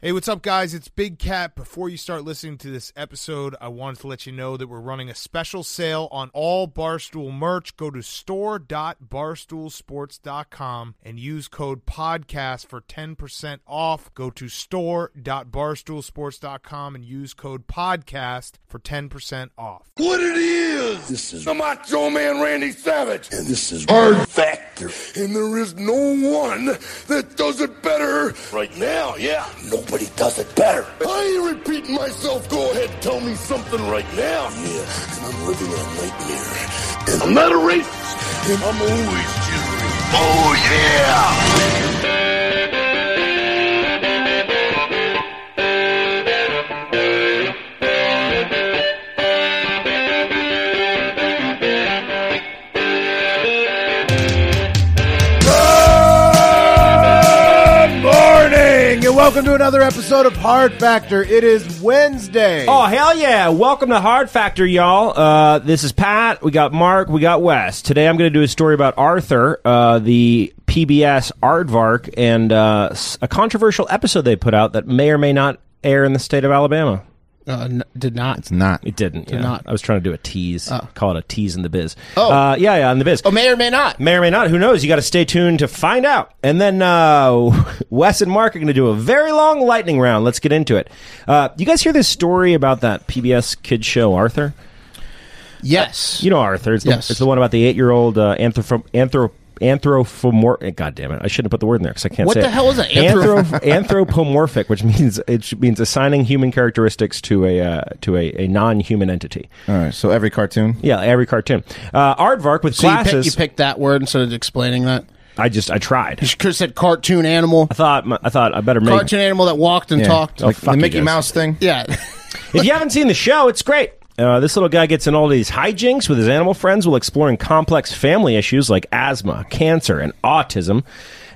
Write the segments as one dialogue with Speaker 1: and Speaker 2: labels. Speaker 1: Hey, what's up, guys? It's Big Cat. Before you start listening to this episode, I wanted to let you know that we're running a special sale on all Barstool merch. Go to store.barstoolsports.com and use code PODCAST for 10% off. Go to store.barstoolsports.com and use code PODCAST for 10% off.
Speaker 2: What it is?
Speaker 3: This is-
Speaker 2: the Macho Man Randy Savage,
Speaker 3: And this is Hard Factor.
Speaker 2: and there is no one that does it better right now. Yeah,
Speaker 3: Nobody does it better.
Speaker 2: I ain't repeating myself. Go ahead, tell me something right now.
Speaker 3: Yeah, and I'm living a nightmare.
Speaker 2: I'm not a racist. and I'm always cheering. Oh yeah.
Speaker 4: Good morning, and welcome to another episode of Hard Factor. It is Wednesday.
Speaker 5: Oh hell yeah! Welcome to Hard Factor, y'all. Uh, this is Pat. We got Mark. We got Wes. Today I'm going to do a story about Arthur, uh, the PBS aardvark, and uh, s- a controversial episode they put out that may or may not air in the state of Alabama.
Speaker 6: Uh, n- did not.
Speaker 5: It's not. It didn't. yeah.
Speaker 6: not.
Speaker 5: I was trying to do a tease. Call it a tease in the biz.
Speaker 6: Oh.
Speaker 5: uh, yeah, yeah, in the biz.
Speaker 6: Oh, may or may not.
Speaker 5: May or may not. Who knows? You got to stay tuned to find out. And then uh, Wes and Mark are going to do a very long lightning round. Let's get into it. Uh, you guys hear this story about that PBS kids show, Arthur?
Speaker 6: Yes.
Speaker 5: You know Arthur. It's the,
Speaker 6: Yes.
Speaker 5: it's the one about the eight-year-old uh, anthropom- anthrop- anthropomorphic. God damn it! I shouldn't have put the word in there because I can't
Speaker 6: What
Speaker 5: say
Speaker 6: the
Speaker 5: it.
Speaker 6: hell is an
Speaker 5: Anthro-
Speaker 6: anthro-
Speaker 5: anthropomorphic, which means it sh- means assigning human characteristics to a uh, to a, a non-human entity.
Speaker 7: All right, so every cartoon.
Speaker 5: Yeah, every cartoon. Uh, Aardvark with
Speaker 6: so you, pick,
Speaker 5: glasses.
Speaker 6: you picked that word instead of explaining that.
Speaker 5: I just I tried.
Speaker 6: You could have said cartoon animal.
Speaker 5: I thought my- I thought I better make
Speaker 6: Cartoon animal that walked and
Speaker 7: Yeah.
Speaker 6: talked. Oh,
Speaker 7: Like
Speaker 5: fuck
Speaker 7: the
Speaker 5: you
Speaker 7: Mickey
Speaker 5: guys.
Speaker 7: Mouse thing.
Speaker 6: yeah.
Speaker 5: If you haven't seen the show, it's great. Uh, this little guy gets in all these hijinks with his animal friends while exploring complex family issues like asthma, cancer, and autism.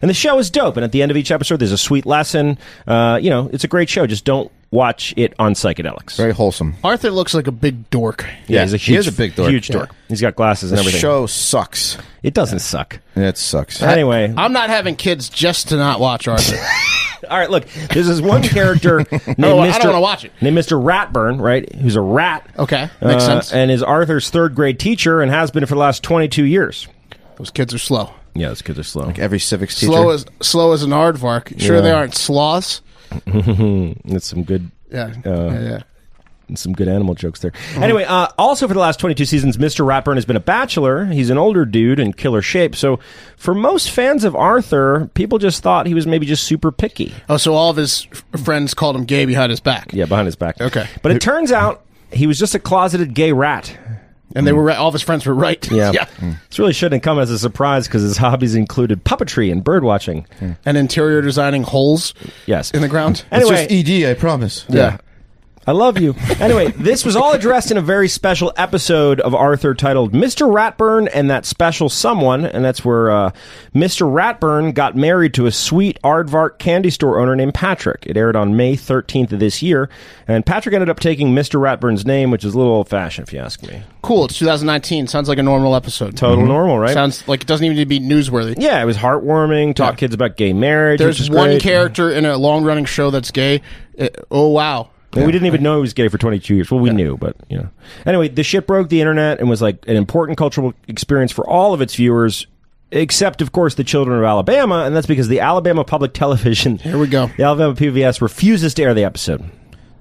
Speaker 5: And the show is dope. And at the end of each episode, there's a sweet lesson. Uh, you know, it's a great show. Just don't watch it on psychedelics.
Speaker 7: Very wholesome.
Speaker 6: Arthur looks like a big dork.
Speaker 5: Yeah,
Speaker 7: Yeah,
Speaker 5: he's a
Speaker 7: he
Speaker 5: huge,
Speaker 7: is a big dork.
Speaker 5: huge
Speaker 7: Yeah.
Speaker 5: dork. He's got glasses and
Speaker 7: The
Speaker 5: everything.
Speaker 7: show sucks.
Speaker 5: It doesn't suck.
Speaker 7: It sucks.
Speaker 5: Anyway,
Speaker 6: I'm not having kids just to not watch Arthur.
Speaker 5: all right. Look, there's this one character named
Speaker 6: No, I
Speaker 5: Mr.
Speaker 6: don't wanna watch it.
Speaker 5: Named Mr. Ratburn, right? Who's a rat. Uh,
Speaker 6: Okay, makes sense.
Speaker 5: And is Arthur's third grade teacher and has been for the last 22 years.
Speaker 6: Those kids are slow.
Speaker 5: Yeah, those kids are slow.
Speaker 7: every civics teacher.
Speaker 6: Slow as slow as an aardvark. Sure,
Speaker 5: Yeah.
Speaker 6: they aren't sloths.
Speaker 5: That's some good
Speaker 6: Yeah.
Speaker 5: Uh.
Speaker 6: yeah, yeah.
Speaker 5: some good animal jokes there.
Speaker 6: Mm-hmm.
Speaker 5: Anyway, uh, also for the last 22 seasons, Mr. Ratburn has been a bachelor. He's an older dude in killer shape. So for most fans of Arthur, people just thought he was maybe just super picky.
Speaker 6: Oh, so all of his f- friends called him gay behind his back.
Speaker 5: Yeah, behind his back.
Speaker 6: Okay.
Speaker 5: But it turns out he was just a closeted gay rat.
Speaker 6: and they were right, all of his friends were right.
Speaker 5: Mm. Yeah. Mm. This really shouldn't come as a surprise because his hobbies included puppetry and bird watching.
Speaker 6: and interior designing holes
Speaker 5: Yes.
Speaker 6: in the ground.
Speaker 7: it's
Speaker 5: Anyway,
Speaker 7: just ED. I promise.
Speaker 6: yeah.
Speaker 5: I love you. Anyway, this was all addressed in a very special episode of Arthur titled Mr. Ratburn and That Special Someone. And that's where uh, Mr. Ratburn got married to a sweet Aardvark candy store owner named Patrick. It aired on May 13th of this year. And Patrick ended up taking Mr. Ratburn's name, which is a little old fashioned, if you ask me.
Speaker 6: Cool. It's 2019. Sounds like a normal episode.
Speaker 5: Total normal, right?
Speaker 6: Mm-hmm. Sounds like it doesn't even need to be newsworthy.
Speaker 5: yeah, it was heartwarming. Taught
Speaker 6: Yeah.
Speaker 5: kids about gay marriage. which
Speaker 6: There's
Speaker 5: is
Speaker 6: one
Speaker 5: great.
Speaker 6: character in a long running show that's gay. Uh, oh, wow.
Speaker 5: And we didn't even know he was gay for 22 years. Well, we knew, but you know. Anyway, the shit broke the internet and was like an important cultural experience for all of its viewers, except of course the children of Alabama, and that's because the Alabama Public Television,
Speaker 6: Here we go.
Speaker 5: the Alabama PBS, refuses to air the episode.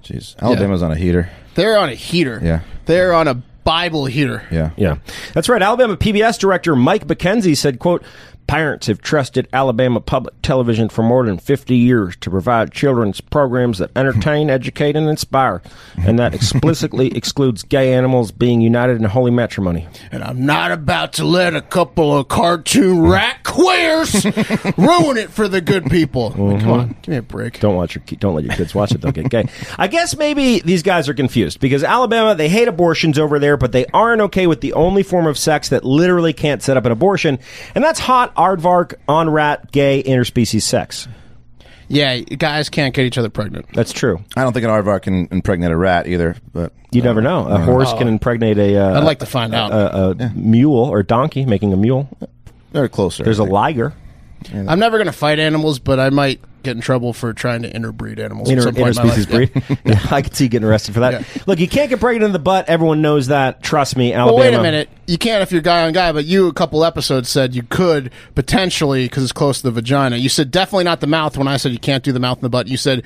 Speaker 7: Jeez, Alabama's on a heater.
Speaker 6: They're on a heater.
Speaker 7: Yeah.
Speaker 6: They're on a Bible heater.
Speaker 7: Yeah.
Speaker 5: Yeah, that's right. Alabama PBS director Mike McKenzie said, "quote Parents have trusted Alabama public television for more than 50 years to provide children's programs that entertain, educate, and inspire, and that explicitly excludes gay animals being united in holy matrimony."
Speaker 6: And I'm not about to let a couple of cartoon
Speaker 5: Mm.
Speaker 6: rat queers ruin it for the good people. Like, come on. Give me a break.
Speaker 5: Mm-hmm. Don't watch your ki- don't let your kids watch it. They'll get gay. I guess maybe these guys are confused because Alabama they hate abortions over there, but they aren't okay with the only form of sex that literally can't set up an abortion, and that's hot aardvark on rat gay interspecies sex.
Speaker 6: Yeah, guys can't get each other pregnant.
Speaker 5: That's true.
Speaker 7: I don't think an aardvark can impregnate a rat either. But
Speaker 5: You never know. A horse can impregnate a, uh,
Speaker 6: Uh-huh. I'd like to find out.
Speaker 5: a mule or donkey, making a mule.
Speaker 7: they're closer.
Speaker 5: There's a
Speaker 7: I think.
Speaker 5: liger.
Speaker 6: I'm never going to fight animals, but I might get in trouble for trying to interbreed animals. at
Speaker 5: Inter,
Speaker 6: some point in my
Speaker 5: interspecies
Speaker 6: life.
Speaker 5: breed. Yeah, I could see you getting arrested for that.
Speaker 6: Yeah.
Speaker 5: Look, you can't get pregnant in the butt. Everyone knows that. Trust me, Alabama.
Speaker 6: Well, wait a minute. You can't if you're guy on guy, but you a couple episodes said you could potentially because it's close to the vagina. You said definitely not the mouth when I said you can't do the mouth and the butt. You said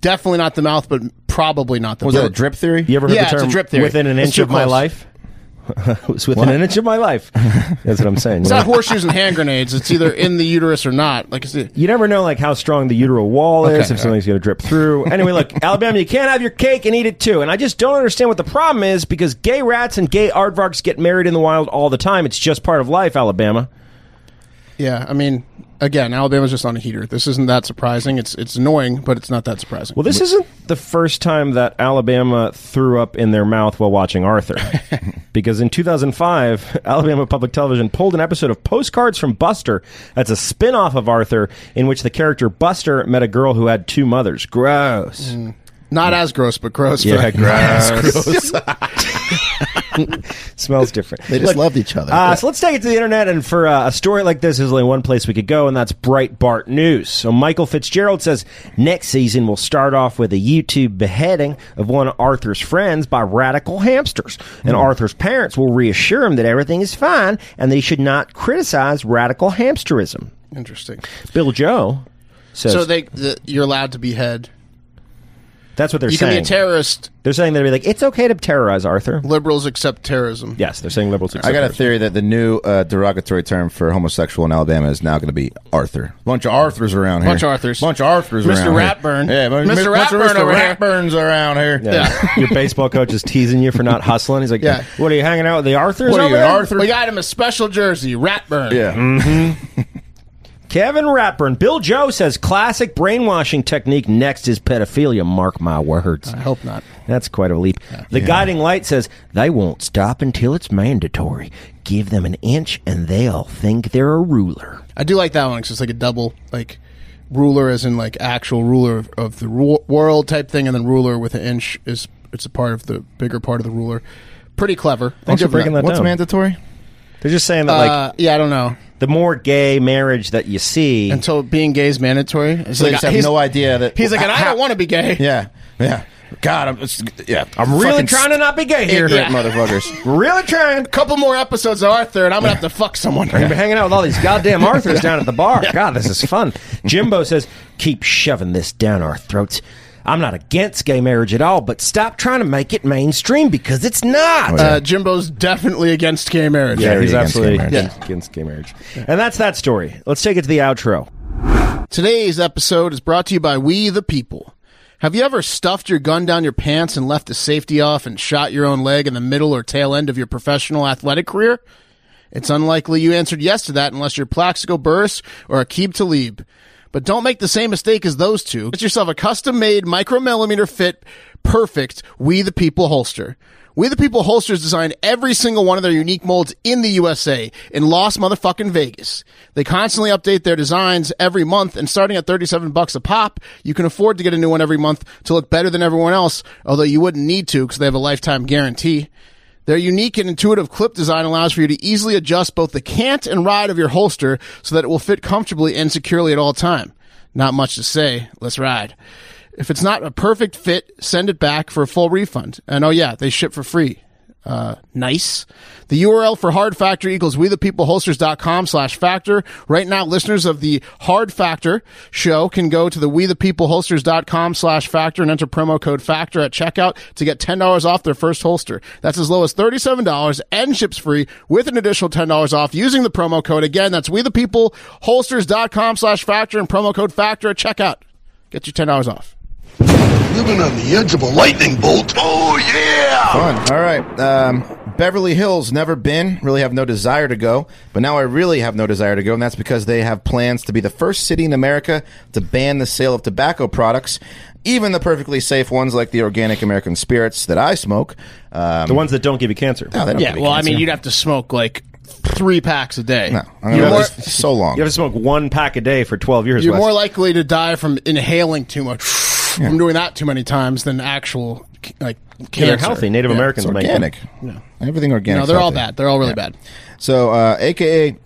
Speaker 6: definitely not the mouth, but probably not the
Speaker 7: Was
Speaker 6: butt.
Speaker 7: that a drip theory?
Speaker 5: You ever heard
Speaker 6: Yeah,
Speaker 5: the
Speaker 6: it's a
Speaker 5: term
Speaker 6: drip theory.
Speaker 5: within an
Speaker 6: It's
Speaker 5: inch
Speaker 6: too
Speaker 5: of my
Speaker 6: close.
Speaker 5: life? it was within an inch of my life. That's what I'm saying.
Speaker 6: It's
Speaker 5: you,
Speaker 6: not
Speaker 5: know?
Speaker 6: horseshoes and hand grenades. It's either in the uterus or not. Like, it's,
Speaker 5: You never know like how strong the uteral wall is,
Speaker 6: Okay,
Speaker 5: if
Speaker 6: all right.
Speaker 5: something's going to drip through. Anyway, look, Alabama, you can't have your cake and eat it too. And I just don't understand what the problem is because gay rats and gay aardvarks get married in the wild all the time. It's just part of life, Alabama.
Speaker 6: yeah. I mean, again, Alabama's just on a heater. This isn't that surprising. It's it's annoying, but it's not that surprising.
Speaker 5: Well, this isn't the first time that Alabama threw up in their mouth while watching Arthur. because in 2005, Alabama Public Television pulled an episode of Postcards from Buster that's a spin off of Arthur, in which the character Buster met a girl who had two mothers. Gross.
Speaker 6: not as gross, but gross.
Speaker 5: Yeah,
Speaker 6: but-
Speaker 5: gross. Smells different.
Speaker 7: They just loved each other.
Speaker 5: Uh, so let's take it to the internet. And for uh, a story like this, there's only one place we could go, and that's Breitbart News. So Michael Fitzgerald says next season we'll start off with a YouTube beheading of one of Arthur's friends by radical hamsters. And
Speaker 7: Hmm.
Speaker 5: Arthur's parents will reassure him that everything is fine and they should not criticize radical hamsterism.
Speaker 6: Interesting.
Speaker 5: Bill Joe says
Speaker 6: So they, the, you're allowed to behead.
Speaker 5: that's what they're
Speaker 6: You can
Speaker 5: saying.
Speaker 6: be a terrorist.
Speaker 5: they're saying they'll be like, it's okay to terrorize Arthur.
Speaker 6: Liberals accept terrorism.
Speaker 5: Yes, they're saying liberals.
Speaker 7: I
Speaker 5: accept
Speaker 7: got a
Speaker 5: terrorism.
Speaker 7: theory that the new uh, derogatory term for homosexual in Alabama is now going to be Arthur. Bunch of Arthurs around here.
Speaker 6: Bunch of Arthurs.
Speaker 7: Bunch of Arthurs
Speaker 6: Mr.
Speaker 7: around
Speaker 6: Ratburn.
Speaker 7: here. Yeah, bu-
Speaker 6: Mr.
Speaker 7: Mr. Ratburn
Speaker 6: Ratburn over here.
Speaker 7: Mr. Ratburn's around here.
Speaker 5: Yeah. Your baseball coach is teasing you for not hustling. He's like,
Speaker 6: Yeah.
Speaker 5: "What are you hanging out with the Arthurs
Speaker 7: What are
Speaker 5: over
Speaker 7: you,
Speaker 5: there?"
Speaker 7: an Arthur?
Speaker 6: We got him a special jersey, Ratburn.
Speaker 7: Yeah.
Speaker 5: Kevin Ratburn, Bill Joe says classic brainwashing technique. Next is pedophilia. Mark my words.
Speaker 6: I hope not.
Speaker 5: That's quite a leap. The guiding light says they won't stop until it's mandatory. Give them an inch, and they'll think they're a ruler.
Speaker 6: I do like that one because it's like a double, like ruler as in like actual ruler of, of the ru- world type thing, and then ruler with an inch is it's a part of the bigger part of the ruler. Pretty clever.
Speaker 5: Thanks for breaking that
Speaker 7: What's
Speaker 5: down.
Speaker 7: mandatory?
Speaker 5: They're just saying that like
Speaker 6: Uh, yeah, I don't know.
Speaker 5: the more gay marriage that you see,
Speaker 6: Until being gay is mandatory.
Speaker 7: So they just have no idea that
Speaker 6: He's like, and I don't want to be gay.
Speaker 7: Yeah, yeah. God, I'm it's, yeah.
Speaker 5: I'm really
Speaker 7: fucking
Speaker 5: trying to not be gay here.
Speaker 7: scared of motherfuckers.
Speaker 5: Really trying.
Speaker 6: Couple more episodes of Arthur, and I'm gonna have to fuck someone.
Speaker 5: You've been hanging out with all these goddamn Arthurs down at the bar. God, this is fun. Jimbo says, keep shoving this down our throats. I'm not against gay marriage at all, but stop trying to make it mainstream because it's not.
Speaker 6: Uh, Jimbo's definitely against gay marriage.
Speaker 7: Yeah. he's absolutely
Speaker 5: against, gay marriage. And that's that story. Let's take it to the outro.
Speaker 6: Today's episode is brought to you by We the People. Have you ever stuffed your gun down your pants and left the safety off and shot your own leg in the middle or tail end of your professional athletic career? It's unlikely you answered yes to that unless you're Plaxico Burris or Akib Talib. But don't make the same mistake as those two. Get yourself a custom-made micromillimeter fit, perfect We the People holster. We the People holsters designed every single one of their unique molds in the USA in Las motherfucking Vegas. They constantly update their designs every month and starting at 37 bucks a pop, you can afford to get a new one every month to look better than everyone else, although you wouldn't need to because they have a lifetime guarantee. Their unique and intuitive clip design allows for you to easily adjust both the cant and ride of your holster so that it will fit comfortably and securely at all time. Not much to say. Let's ride. If it's not a perfect fit, send it back for a full refund. And oh yeah, they ship for free. Uh, nice. The URL for Hard Factor equals we the people holsters.com slash factor. Right now, listeners of the Hard Factor show can go to the we the people holsters.com slash factor and enter promo code factor at checkout to get $10 off their first holster. That's as low as $37 and ships free with an additional $10 off using the promo code. Again, that's we the people holsters.com slash factor and promo code factor at checkout. Get your $10 off.
Speaker 3: Living on the edge of a lightning bolt. Oh, yeah!
Speaker 7: Fun. All right. Um, Beverly Hills, never been. Really have no desire to go. But now I really have no desire to go, and that's because they have plans to be the first city in America to ban the sale of tobacco products, even the perfectly safe ones like the organic American spirits that I smoke. Um,
Speaker 5: The ones that don't give you cancer.
Speaker 7: no, they don't give me cancer.
Speaker 6: you'd have to smoke like three packs a day.
Speaker 7: No, I'm gonna live this so long.
Speaker 5: You have to smoke one pack a day for 12 years.
Speaker 6: You're
Speaker 5: Wes.
Speaker 6: more likely to die from inhaling too much, from doing that too many times than actual like cancer.
Speaker 5: Yeah, they're healthy. Native
Speaker 7: Yeah,
Speaker 5: Americans
Speaker 7: it's
Speaker 5: make them.
Speaker 7: organic. Everything organic.
Speaker 6: No, they're all bad. They're all really bad.
Speaker 7: So, uh, AKA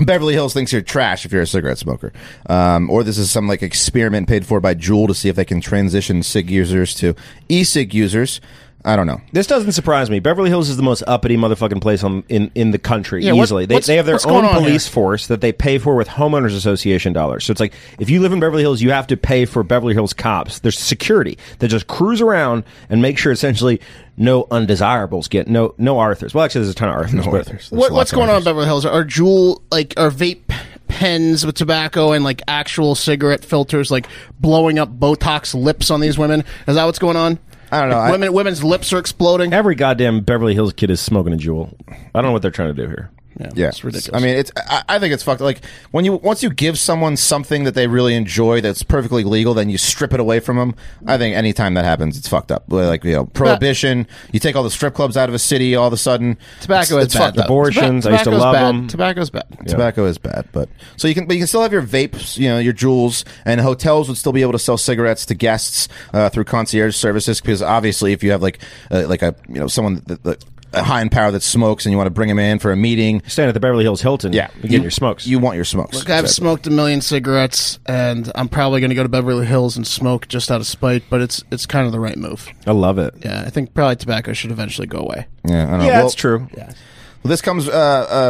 Speaker 7: Beverly Hills thinks you're trash if you're a cigarette smoker, um, or this is some like experiment paid for by Juul to see if they can transition cig users to e-cig users. I don't know.
Speaker 5: This doesn't surprise me. Beverly Hills is the most uppity motherfucking place on, in in the country
Speaker 6: Yeah, what-
Speaker 5: easily. they,
Speaker 6: what's-
Speaker 5: they have their
Speaker 6: what's going
Speaker 5: own
Speaker 6: on
Speaker 5: police
Speaker 6: here?
Speaker 5: force that they pay for with homeowners association dollars. So it's like if you live in Beverly Hills, you have to pay for Beverly Hills cops. There's security that just cruise around and make sure essentially no undesirables get no no Arthurs. Well, actually, there's a ton of Arthurs. but-
Speaker 7: Arthurs. There's
Speaker 6: What,
Speaker 7: lots
Speaker 6: what's
Speaker 7: of
Speaker 6: going on in
Speaker 7: Arthurs.
Speaker 6: Beverly Hills? Are jewel like are vape pens with tobacco and like actual cigarette filters like blowing up Botox lips on these women? Is that what's going on?
Speaker 7: I don't know.
Speaker 6: Like,
Speaker 7: I-
Speaker 6: women, women's lips are exploding.
Speaker 5: Every goddamn Beverly Hills kid is smoking a jewel. I don't know what they're trying to do here.
Speaker 7: Yeah,
Speaker 6: it's ridiculous.
Speaker 7: I mean, it's. I, I think it's fucked. Like when you once you give someone something that they really enjoy that's perfectly legal, then you strip it away from them. I think anytime that happens, it's fucked up. Like you know, prohibition. you take all the strip clubs out of a city all of a sudden.
Speaker 6: tobacco
Speaker 7: it's,
Speaker 6: is
Speaker 7: it's
Speaker 6: bad.
Speaker 7: fucked up.
Speaker 5: Abortions, I used to
Speaker 6: Tobacco's
Speaker 5: love
Speaker 6: bad.
Speaker 5: them.
Speaker 6: Tobacco's bad.
Speaker 7: Tobacco is bad, but so you can, but you can still have your vapes, you know, your jewels, and hotels would still be able to sell cigarettes to guests uh, through concierge services because obviously, if you have like, uh, like a you know someone that, that, a high in power that smokes and you want to bring him in for a meeting,
Speaker 5: Stand at the Beverly Hills Hilton.
Speaker 7: yeah,
Speaker 5: you get your smokes.
Speaker 7: You want your smokes.
Speaker 6: Look, I've
Speaker 7: Exactly.
Speaker 6: smoked a million cigarettes, and I'm probably going to go to Beverly Hills and smoke just out of spite. But it's it's kind of the right move.
Speaker 5: I love it.
Speaker 6: Yeah, I think probably tobacco should eventually go away.
Speaker 7: Yeah, I don't know.
Speaker 5: Yeah,
Speaker 7: Well-
Speaker 5: that's true.
Speaker 7: Well, this comes, uh,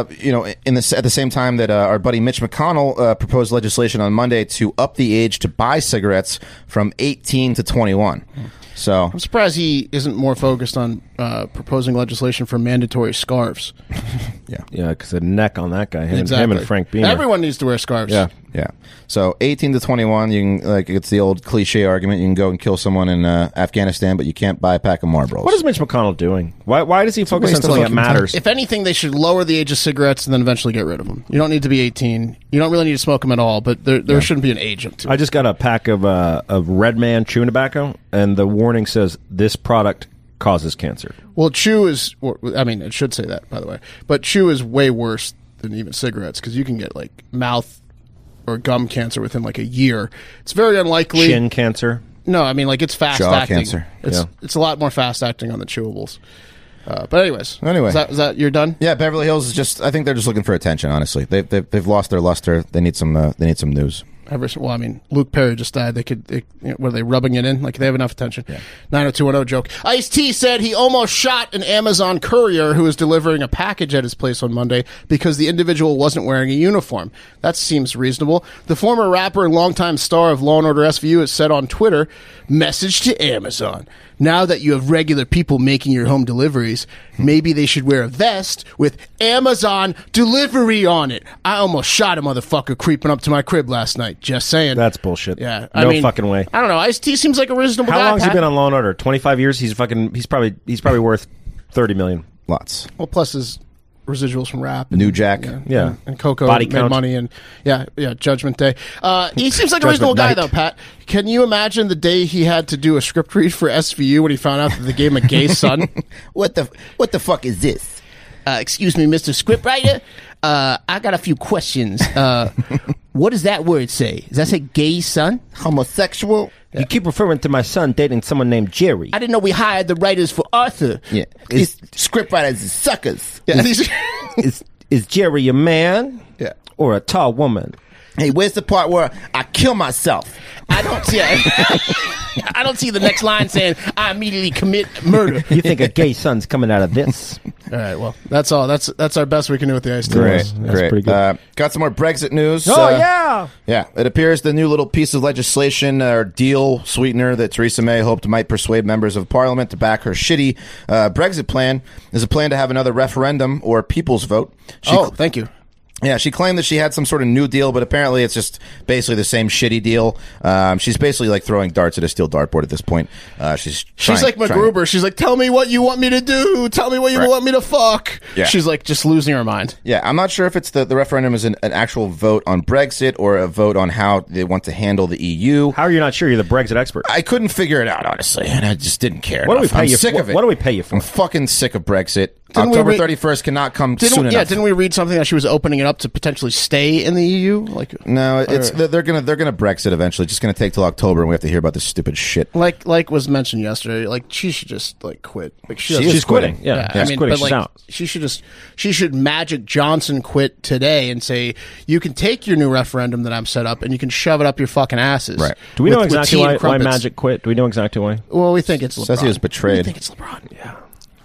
Speaker 7: uh, you know, in the, at the same time that uh, our buddy Mitch McConnell uh, proposed legislation on Monday to up the age to buy cigarettes from 18 to 21. So
Speaker 6: I'm surprised he isn't more focused on uh, proposing legislation for mandatory scarves.
Speaker 5: Yeah, because the neck on that guy, him, and- him and Frank Beamer.
Speaker 6: Everyone needs to wear scarves.
Speaker 5: Yeah.
Speaker 7: Yeah. So 18 to 21, you can, like, it's the old cliche argument. You can go and kill someone in uh, Afghanistan, but you can't buy a pack of Marlboros.
Speaker 5: What is Mitch McConnell doing? Why, why does he focus
Speaker 7: waste
Speaker 5: on
Speaker 7: of
Speaker 5: something that
Speaker 7: fucking time.
Speaker 5: matters?
Speaker 6: If anything, they should lower the age of cigarettes and then eventually get rid of them. You don't need to be 18. You don't really need to smoke them at all, but there, there shouldn't be an age up to
Speaker 5: I
Speaker 6: it.
Speaker 5: just got a pack of uh, of Red Man chewing tobacco, and the warning says this product causes cancer.
Speaker 6: Well, chew is, or- I mean, it should say that, by the way, but chew is way worse than even cigarettes because you can get like mouth or gum cancer within like a year. It's very unlikely.
Speaker 5: Shin cancer.
Speaker 6: No, I mean, like it's fast
Speaker 7: Jaw
Speaker 6: acting.
Speaker 7: cancer.
Speaker 6: It's,
Speaker 5: Yeah.
Speaker 6: it's a lot more fast acting on the chewables. Uh, but, anyways.
Speaker 7: Anyway.
Speaker 6: Is that, is that you're done?
Speaker 7: yeah, Beverly Hills is just. I think they're just looking for attention. Honestly, they, they, they've lost their luster. They need some. Uh, they need some news.
Speaker 6: ever s- well, I mean, Luke Perry just died. They could, they, you know, were they rubbing it in? Like they have enough attention. Nine hundred two one zero joke. Ice T said he almost shot an Amazon courier who was delivering a package at his place on Monday because the individual wasn't wearing a uniform. That seems reasonable. The former rapper and longtime star of Law and Order SVU has said on Twitter, "Message to Amazon." Now that you have regular people making your home deliveries, maybe they should wear a vest with Amazon delivery on it. I almost shot a motherfucker creeping up to my crib last night. Just saying.
Speaker 5: That's bullshit.
Speaker 6: Yeah.
Speaker 5: No fucking way.
Speaker 6: I don't know. Ice T seems like a reasonable
Speaker 5: How
Speaker 6: guy.
Speaker 5: long's he
Speaker 6: Pat.
Speaker 5: been on Law and Order? Twenty five years. He's fucking. He's probably. He's probably worth thirty million.
Speaker 7: Lots.
Speaker 6: Well, plus his residuals from rap. And,
Speaker 7: New Jack.
Speaker 5: Yeah.
Speaker 6: And, and Coco
Speaker 5: Body
Speaker 6: made
Speaker 5: count.
Speaker 6: money. And yeah, yeah, Judgment Day. Uh, he seems like a
Speaker 5: Judgment
Speaker 6: reasonable guy,
Speaker 5: night.
Speaker 6: though, Pat. Can you imagine the day he had to do a script read for SVU when he found out that they gave him a gay son?
Speaker 7: What the What the fuck is this?
Speaker 6: uh, excuse me, Mr. Scriptwriter. Uh, I got a few questions. Uh, what does that word say? Does that say gay son?
Speaker 7: Homosexual?
Speaker 5: You keep referring to my son dating someone named Jerry.
Speaker 6: I didn't know we hired the writers for Arthur.
Speaker 7: Yeah. It's scriptwriters is suckers.
Speaker 6: Yeah, these-
Speaker 5: is is Jerry a man?
Speaker 6: Yeah.
Speaker 5: Or a tall woman?
Speaker 7: Hey, where's the part where I kill myself?
Speaker 6: I don't see. I don't see the next line saying I immediately commit murder.
Speaker 5: You think a gay son's coming out of this?
Speaker 6: All right. Well, that's all. That's that's our best we can do with the ice.
Speaker 7: Great,
Speaker 5: That's
Speaker 7: great.
Speaker 5: pretty good.
Speaker 7: Uh, got some more Brexit news.
Speaker 5: Oh
Speaker 7: Uh,
Speaker 5: yeah.
Speaker 7: Yeah, it appears the new little piece of legislation uh, or deal sweetener that Theresa May hoped might persuade members of Parliament to back her shitty uh, Brexit plan is a plan to have another referendum or people's vote. She
Speaker 6: oh, thank you.
Speaker 7: yeah, she claimed that she had some sort of new deal, but apparently it's just basically the same shitty deal. Um, she's basically like throwing darts at a steel dartboard at this point. Uh, she's
Speaker 6: She's
Speaker 7: trying-
Speaker 6: like
Speaker 7: trying-
Speaker 6: MacGruber. She's like, tell me what you want me to do. Tell me what you
Speaker 7: Right.
Speaker 6: want me to fuck.
Speaker 7: Yeah.
Speaker 6: She's like just losing her mind.
Speaker 7: Yeah, I'm not sure if it's the, the referendum is an, an actual vote on Brexit or a vote on how they want to handle the E EU.
Speaker 5: How are you not sure? You're the Brexit expert.
Speaker 7: I couldn't figure it out honestly, and I just didn't care.
Speaker 5: What do we
Speaker 7: enough.
Speaker 5: pay
Speaker 7: I'm
Speaker 5: you-
Speaker 7: Sick
Speaker 5: what-
Speaker 7: of it.
Speaker 5: what do we pay you for?
Speaker 7: I'm fucking sick of Brexit.
Speaker 6: Didn't we
Speaker 7: October
Speaker 6: re-
Speaker 7: 31st cannot come
Speaker 6: Didn't
Speaker 7: soon
Speaker 6: we, yeah,
Speaker 7: enough.
Speaker 6: didn't we read something that she was opening it up to potentially stay in the EU? Like
Speaker 7: no, it's
Speaker 6: Or-
Speaker 7: they're- they're gonna they're gonna Brexit eventually. It's just gonna take till October, and we have to hear about this stupid shit.
Speaker 6: like like was mentioned yesterday, like she should just like quit. Like she,
Speaker 7: She
Speaker 6: doesn't-
Speaker 7: is quitting.
Speaker 5: Yeah,
Speaker 6: Yeah,
Speaker 5: she's
Speaker 6: I mean,
Speaker 5: quitting.
Speaker 6: but
Speaker 5: She's
Speaker 6: like
Speaker 5: out.
Speaker 6: she should just she should magic Johnson quit today and say you can take your new referendum that I'm set up and you can shove it up your fucking asses.
Speaker 7: Right.
Speaker 5: Do we know
Speaker 6: With- with
Speaker 5: exactly
Speaker 6: tea
Speaker 5: why,
Speaker 6: and
Speaker 5: why
Speaker 6: crumpets.
Speaker 5: Magic quit? Do we know exactly why?
Speaker 6: Well, we think it's LeBron.
Speaker 7: Says he was betrayed.
Speaker 6: We think it's LeBron. Yeah.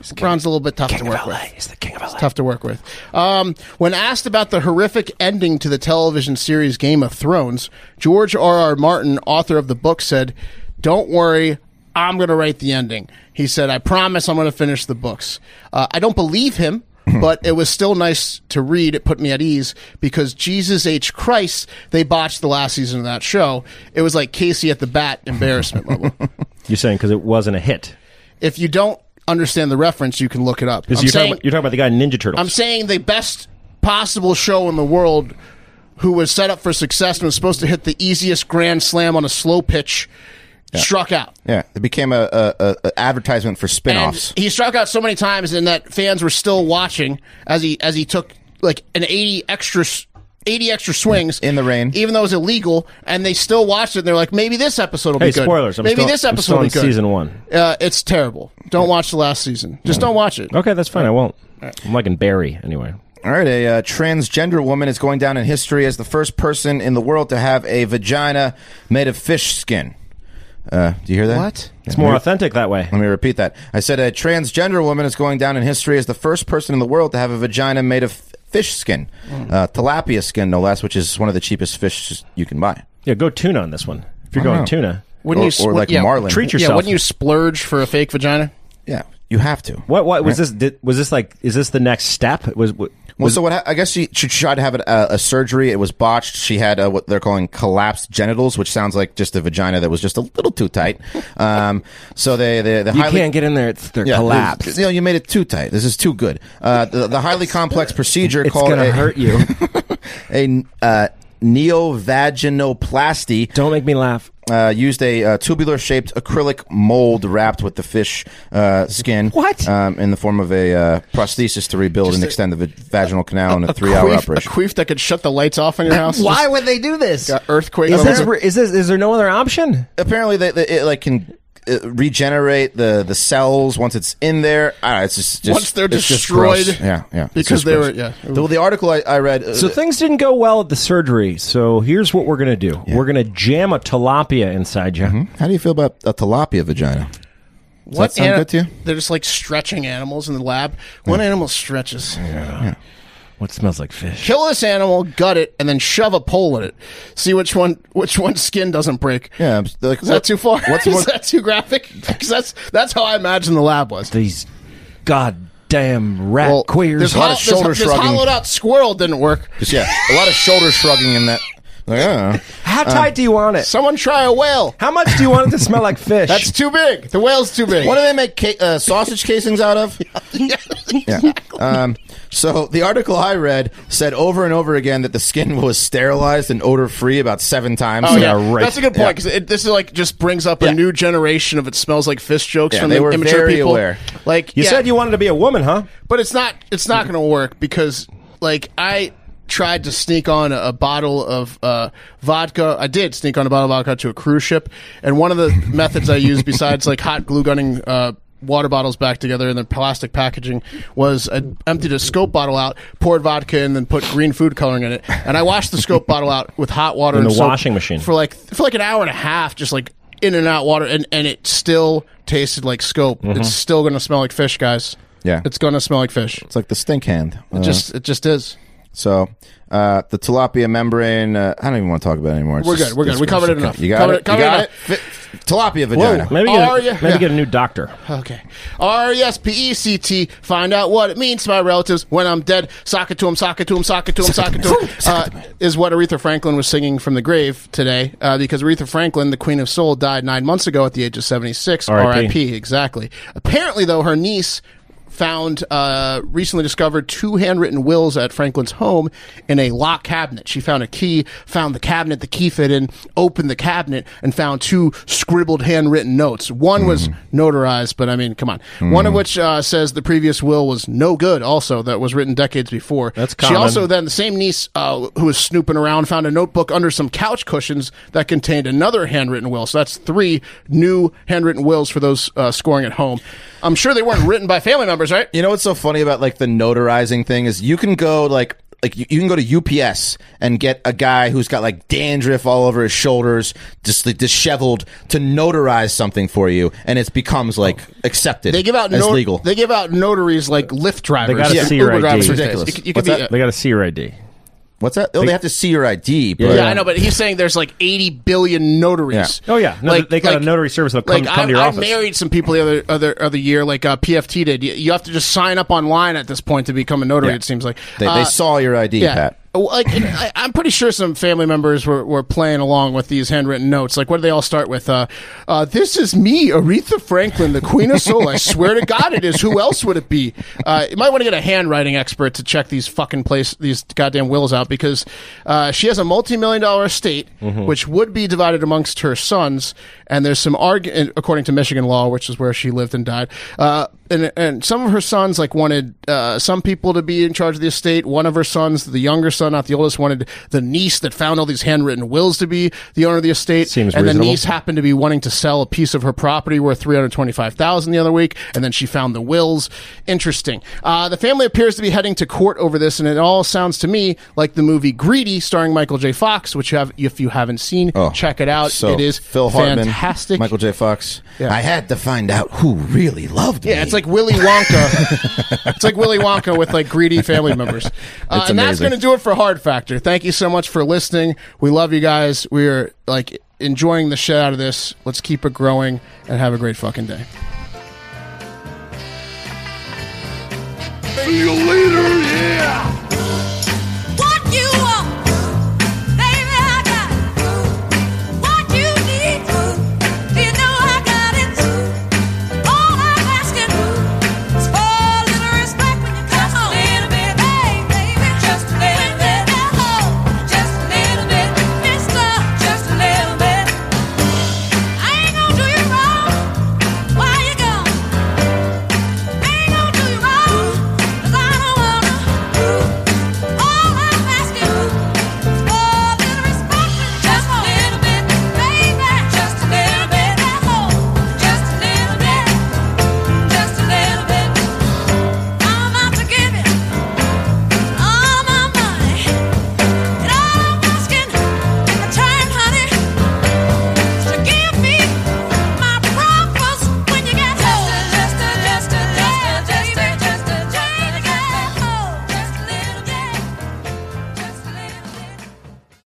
Speaker 6: LeBron's a little bit tough to work with.
Speaker 5: He's the king of LA.
Speaker 6: tough to work with. Um, when asked about the horrific ending to the television series Game of Thrones, George R. R. Martin, author of the book, said, "Don't worry." I'm going to write the ending. He said, I promise I'm going to finish the books. Uh, I don't believe him, but it was still nice to read. It put me at ease because Jesus H. Christ, they botched the last season of that show. It was like Casey at the bat embarrassment level.
Speaker 5: You're saying because it wasn't a hit.
Speaker 6: If you don't understand the reference, you can look it up.
Speaker 5: 'Cause
Speaker 6: I'm
Speaker 5: you're,
Speaker 6: saying-
Speaker 5: talking about, you're talking about the guy in Ninja Turtles.
Speaker 6: I'm saying the best possible show in the world who was set up for success and was supposed to hit the easiest grand slam on a slow pitch struck out.
Speaker 7: Yeah, it became a, a, a, a advertisement for
Speaker 6: And
Speaker 7: spin-offs.
Speaker 6: he struck out so many times and that fans were still watching as he as he took like an 80 extra s- 80 extra swings
Speaker 7: In the rain.
Speaker 6: even though it was illegal and they still watched it and they're like maybe this episode will
Speaker 5: hey,
Speaker 6: be good
Speaker 5: spoilers. I'm
Speaker 6: maybe
Speaker 5: still,
Speaker 6: this
Speaker 5: I'm
Speaker 6: episode
Speaker 5: still
Speaker 6: will
Speaker 5: on
Speaker 6: be good
Speaker 5: season one.
Speaker 6: uh, it's terrible don't watch the last season just don't watch it
Speaker 5: Okay, that's fine. I won't. I'm liking Barry anyway.
Speaker 7: All right, a uh, transgender woman is going down in history as the first person in the world to have a vagina made of fish skin. Uh, do you hear that?
Speaker 6: What?
Speaker 5: It's more authentic that way.
Speaker 7: Let me repeat that. I said a transgender woman is going down in history as the first person in the world to have a vagina made of f- fish skin,
Speaker 5: Hmm.
Speaker 7: uh, tilapia skin, no less, which is one of the cheapest fish you can buy.
Speaker 5: Yeah, go tuna on this one. If you're going
Speaker 7: know.
Speaker 5: tuna,
Speaker 7: Or-
Speaker 6: s-
Speaker 7: or
Speaker 6: wouldn't-
Speaker 7: like marlin.
Speaker 5: Treat
Speaker 6: Yeah,
Speaker 5: yourself.
Speaker 6: wouldn't you splurge for a fake vagina?
Speaker 7: Yeah, you have to.
Speaker 5: what what was this? Did, was this like? Is this the next step? Was, was
Speaker 7: Well, so what? Ha- I guess she, she tried to have a, a surgery. It was botched. She had uh what they're calling collapsed genitals, which sounds like just a vagina that was just a little too tight. Um, so they they the highly
Speaker 5: get in there. It's they're
Speaker 7: Yeah, this- You know, you made it too tight. This is too good. Uh, the, the highly complex procedure
Speaker 5: It's
Speaker 7: called
Speaker 5: gonna
Speaker 7: a,
Speaker 5: hurt you.
Speaker 7: a uh, neovaginoplasty
Speaker 5: Don't make me laugh.
Speaker 7: uh, used a uh, tubular shaped acrylic mold wrapped with the fish uh, skin.
Speaker 5: What?
Speaker 7: Um, in the form of a uh, prosthesis to rebuild and extend the vi- vaginal canal in a, three hour
Speaker 6: Queef, a
Speaker 7: operation.
Speaker 6: queef that could shut the lights off in your house. Just
Speaker 5: would they do this?
Speaker 6: got earthquake.
Speaker 5: Is this,
Speaker 6: over.
Speaker 5: re- is this is there no other option?
Speaker 7: Apparently, they, they, it like can. uh regenerate the the cells once it's in there. Ah, it's just, just
Speaker 6: Once they're
Speaker 7: it's just
Speaker 6: destroyed.
Speaker 7: gross. yeah, yeah. It's
Speaker 6: Because
Speaker 7: just
Speaker 6: they were-
Speaker 7: gross.
Speaker 6: yeah.
Speaker 7: The, the article I, I read. uh,
Speaker 5: So things didn't go well at the surgery. So here's what we're gonna do. We're gonna jam a tilapia inside you.
Speaker 6: Mm-hmm.
Speaker 7: How do you feel about a tilapia vagina?
Speaker 6: what
Speaker 7: sound good to you?
Speaker 6: They're just like stretching animals in the lab. One animal stretches.
Speaker 5: What smells like fish?
Speaker 6: Kill this animal, gut it, and then shove a pole in it. See which one which one's skin doesn't break.
Speaker 7: Yeah, I'm s- like,
Speaker 6: Is that too far?
Speaker 7: What's more,
Speaker 6: is that too graphic? Because that's that's how I imagine the lab was.
Speaker 5: These goddamn rat
Speaker 7: Well,
Speaker 5: queers.
Speaker 6: This,
Speaker 7: There's a lot
Speaker 6: hol-
Speaker 7: of shoulder
Speaker 6: this, this
Speaker 7: shrugging.
Speaker 6: hollowed out squirrel didn't work.
Speaker 7: just, yeah, a lot of shoulder shrugging in that. Like, uh. I don't know.
Speaker 5: How
Speaker 6: um,
Speaker 5: tight do you want it?
Speaker 6: Someone try a whale.
Speaker 5: How much do you want it to smell like fish?
Speaker 6: That's too big. The whale's too big.
Speaker 7: What do they make ca- uh, sausage casings out of? yeah. Um, so the article I read said over and over again that the skin was sterilized and odor free about seven times.
Speaker 6: Oh yeah,
Speaker 5: Yeah, right.
Speaker 6: that's a good point because this is like just brings up a
Speaker 7: Yeah.
Speaker 6: new generation of it smells like fish jokes
Speaker 7: Yeah,
Speaker 6: from
Speaker 7: they
Speaker 6: the
Speaker 7: were
Speaker 6: immature
Speaker 7: very
Speaker 6: people.
Speaker 7: aware.
Speaker 6: Like
Speaker 5: you
Speaker 6: yeah,
Speaker 5: said you wanted to be a woman, huh?
Speaker 6: but it's not it's not going to work because like I tried to sneak on a, a bottle of uh, vodka. I did sneak on a bottle of vodka to a cruise ship, and one of the methods I used besides like hot glue gunning. Uh, Water bottles back together and then plastic packaging was I emptied a scope bottle out, poured vodka, and then put green food coloring in it. And I washed the scope bottle out with hot water
Speaker 5: In
Speaker 6: and
Speaker 5: the
Speaker 6: soap
Speaker 5: washing machine.
Speaker 6: for like for like an hour and a half, just like in and out water, and and it still tasted like scope. It's still gonna smell like fish, guys.
Speaker 7: Yeah.
Speaker 6: it's gonna smell like fish.
Speaker 7: It's like the stink hand. Uh,
Speaker 6: just it just is.
Speaker 7: so uh, the tilapia membrane. Uh, I don't even want to talk about it anymore. It's
Speaker 6: We're good, we're good. We covered it
Speaker 7: okay.
Speaker 6: enough.
Speaker 7: You got
Speaker 6: Covered
Speaker 7: it.
Speaker 6: it- covered
Speaker 7: you got
Speaker 6: it
Speaker 7: it. Fi- tilapia vagina.
Speaker 5: Maybe get,
Speaker 6: Are
Speaker 5: a,
Speaker 6: ya?
Speaker 5: maybe
Speaker 6: Oh, Yeah.
Speaker 5: get a new doctor.
Speaker 6: Okay. R E S P E C T. Find out what it means to my relatives when I'm dead. Sock it to 'em, sock it to 'em, sock it to 'em, sock it to 'em, Uh, is what Aretha Franklin was singing from the grave today uh, because Aretha Franklin, the Queen of Soul, died nine months ago at the age of 76.
Speaker 5: R.I.P..
Speaker 6: R.I.P. Exactly. Apparently, though, her niece. found uh, recently discovered two handwritten wills at Franklin's home in a locked cabinet. She found a key, found the cabinet the key fit in, opened the cabinet, and found two scribbled handwritten notes. One was notarized, but I mean, come on. One of which uh, says the previous will was no good. Also, that was written decades before.
Speaker 5: That's
Speaker 6: She
Speaker 5: common.
Speaker 6: also then the same niece uh, who was snooping around found a notebook under some couch cushions that contained another handwritten will. So that's three new handwritten wills for those uh, scoring at home. I'm sure they weren't written by family members, right?
Speaker 7: You know what's so funny about like the notarizing thing is you can go like like you, you can go to UPS and get a guy who's got like dandruff all over his shoulders, just like, disheveled, to notarize something for you, and it becomes like accepted.
Speaker 6: Oh. They give out
Speaker 7: as
Speaker 6: no-
Speaker 7: legal.
Speaker 6: They give out notaries like Lyft drivers.
Speaker 5: They gotta
Speaker 6: and
Speaker 5: see your
Speaker 6: Uber
Speaker 5: ID.
Speaker 6: drivers
Speaker 7: It's
Speaker 6: these days.
Speaker 7: ridiculous.
Speaker 6: You, c- you
Speaker 7: What's
Speaker 6: could be,
Speaker 7: that?
Speaker 5: They got to see your ID.
Speaker 7: What's that? Oh, they, have to see your ID. But
Speaker 6: yeah, I know, but he's saying there's like 80 billion notaries.
Speaker 5: Yeah. Oh, yeah. No, they got a notary service that'll come-
Speaker 6: like,
Speaker 5: come to your
Speaker 6: I,
Speaker 5: office.
Speaker 6: I married some people the other other other year, like uh, PFT did. You, you have to just sign up online at this point to become a notary.
Speaker 7: Yeah.
Speaker 6: It seems like
Speaker 7: They,
Speaker 6: Uh,
Speaker 7: they saw your ID, Pat.
Speaker 6: Well, Like, and I, I'm pretty sure some family members were, were playing along with these handwritten notes. Like, what do they all start with? Uh, uh, this is me, Aretha Franklin, the Queen of Soul. I swear to God, it is. Who else would it be? Uh, you might want to get a handwriting expert to check these fucking place these goddamn wills out because uh, she has a multi million dollar estate
Speaker 5: Mm-hmm.
Speaker 6: which would be divided amongst her sons. And there's some argument according to Michigan law, which is where she lived and died. Uh, and and some of her sons like wanted uh, some people to be in charge of the estate. One of her sons, the younger son, not the oldest, wanted the niece that found all these handwritten wills to be the owner of the estate.
Speaker 5: Seems
Speaker 6: and the
Speaker 5: reasonable.
Speaker 6: niece happened to be wanting to sell a piece of her property worth three hundred twenty five thousand the other week, and then she found the wills. Interesting. Uh, the family appears to be heading to court over this, and it all sounds to me like the movie Greedy, starring Michael J. Fox, which you have if you haven't seen, check it out.
Speaker 7: Oh, So
Speaker 6: Uh, it is
Speaker 7: Phil Hartman,
Speaker 6: fantastic.
Speaker 7: Michael J. Fox.
Speaker 6: Yeah.
Speaker 7: I had to find out who really loved me.
Speaker 6: Yeah, it's like Willy Wonka. it's like Willy Wonka with like greedy family members. Uh,
Speaker 7: It's
Speaker 6: and that's
Speaker 7: amazing.
Speaker 6: going to do it for Hard Factor. Thank you so much for listening. We love you guys. We're like enjoying the shit out of this. Let's keep it growing and have a great fucking day.
Speaker 2: See you later, yeah!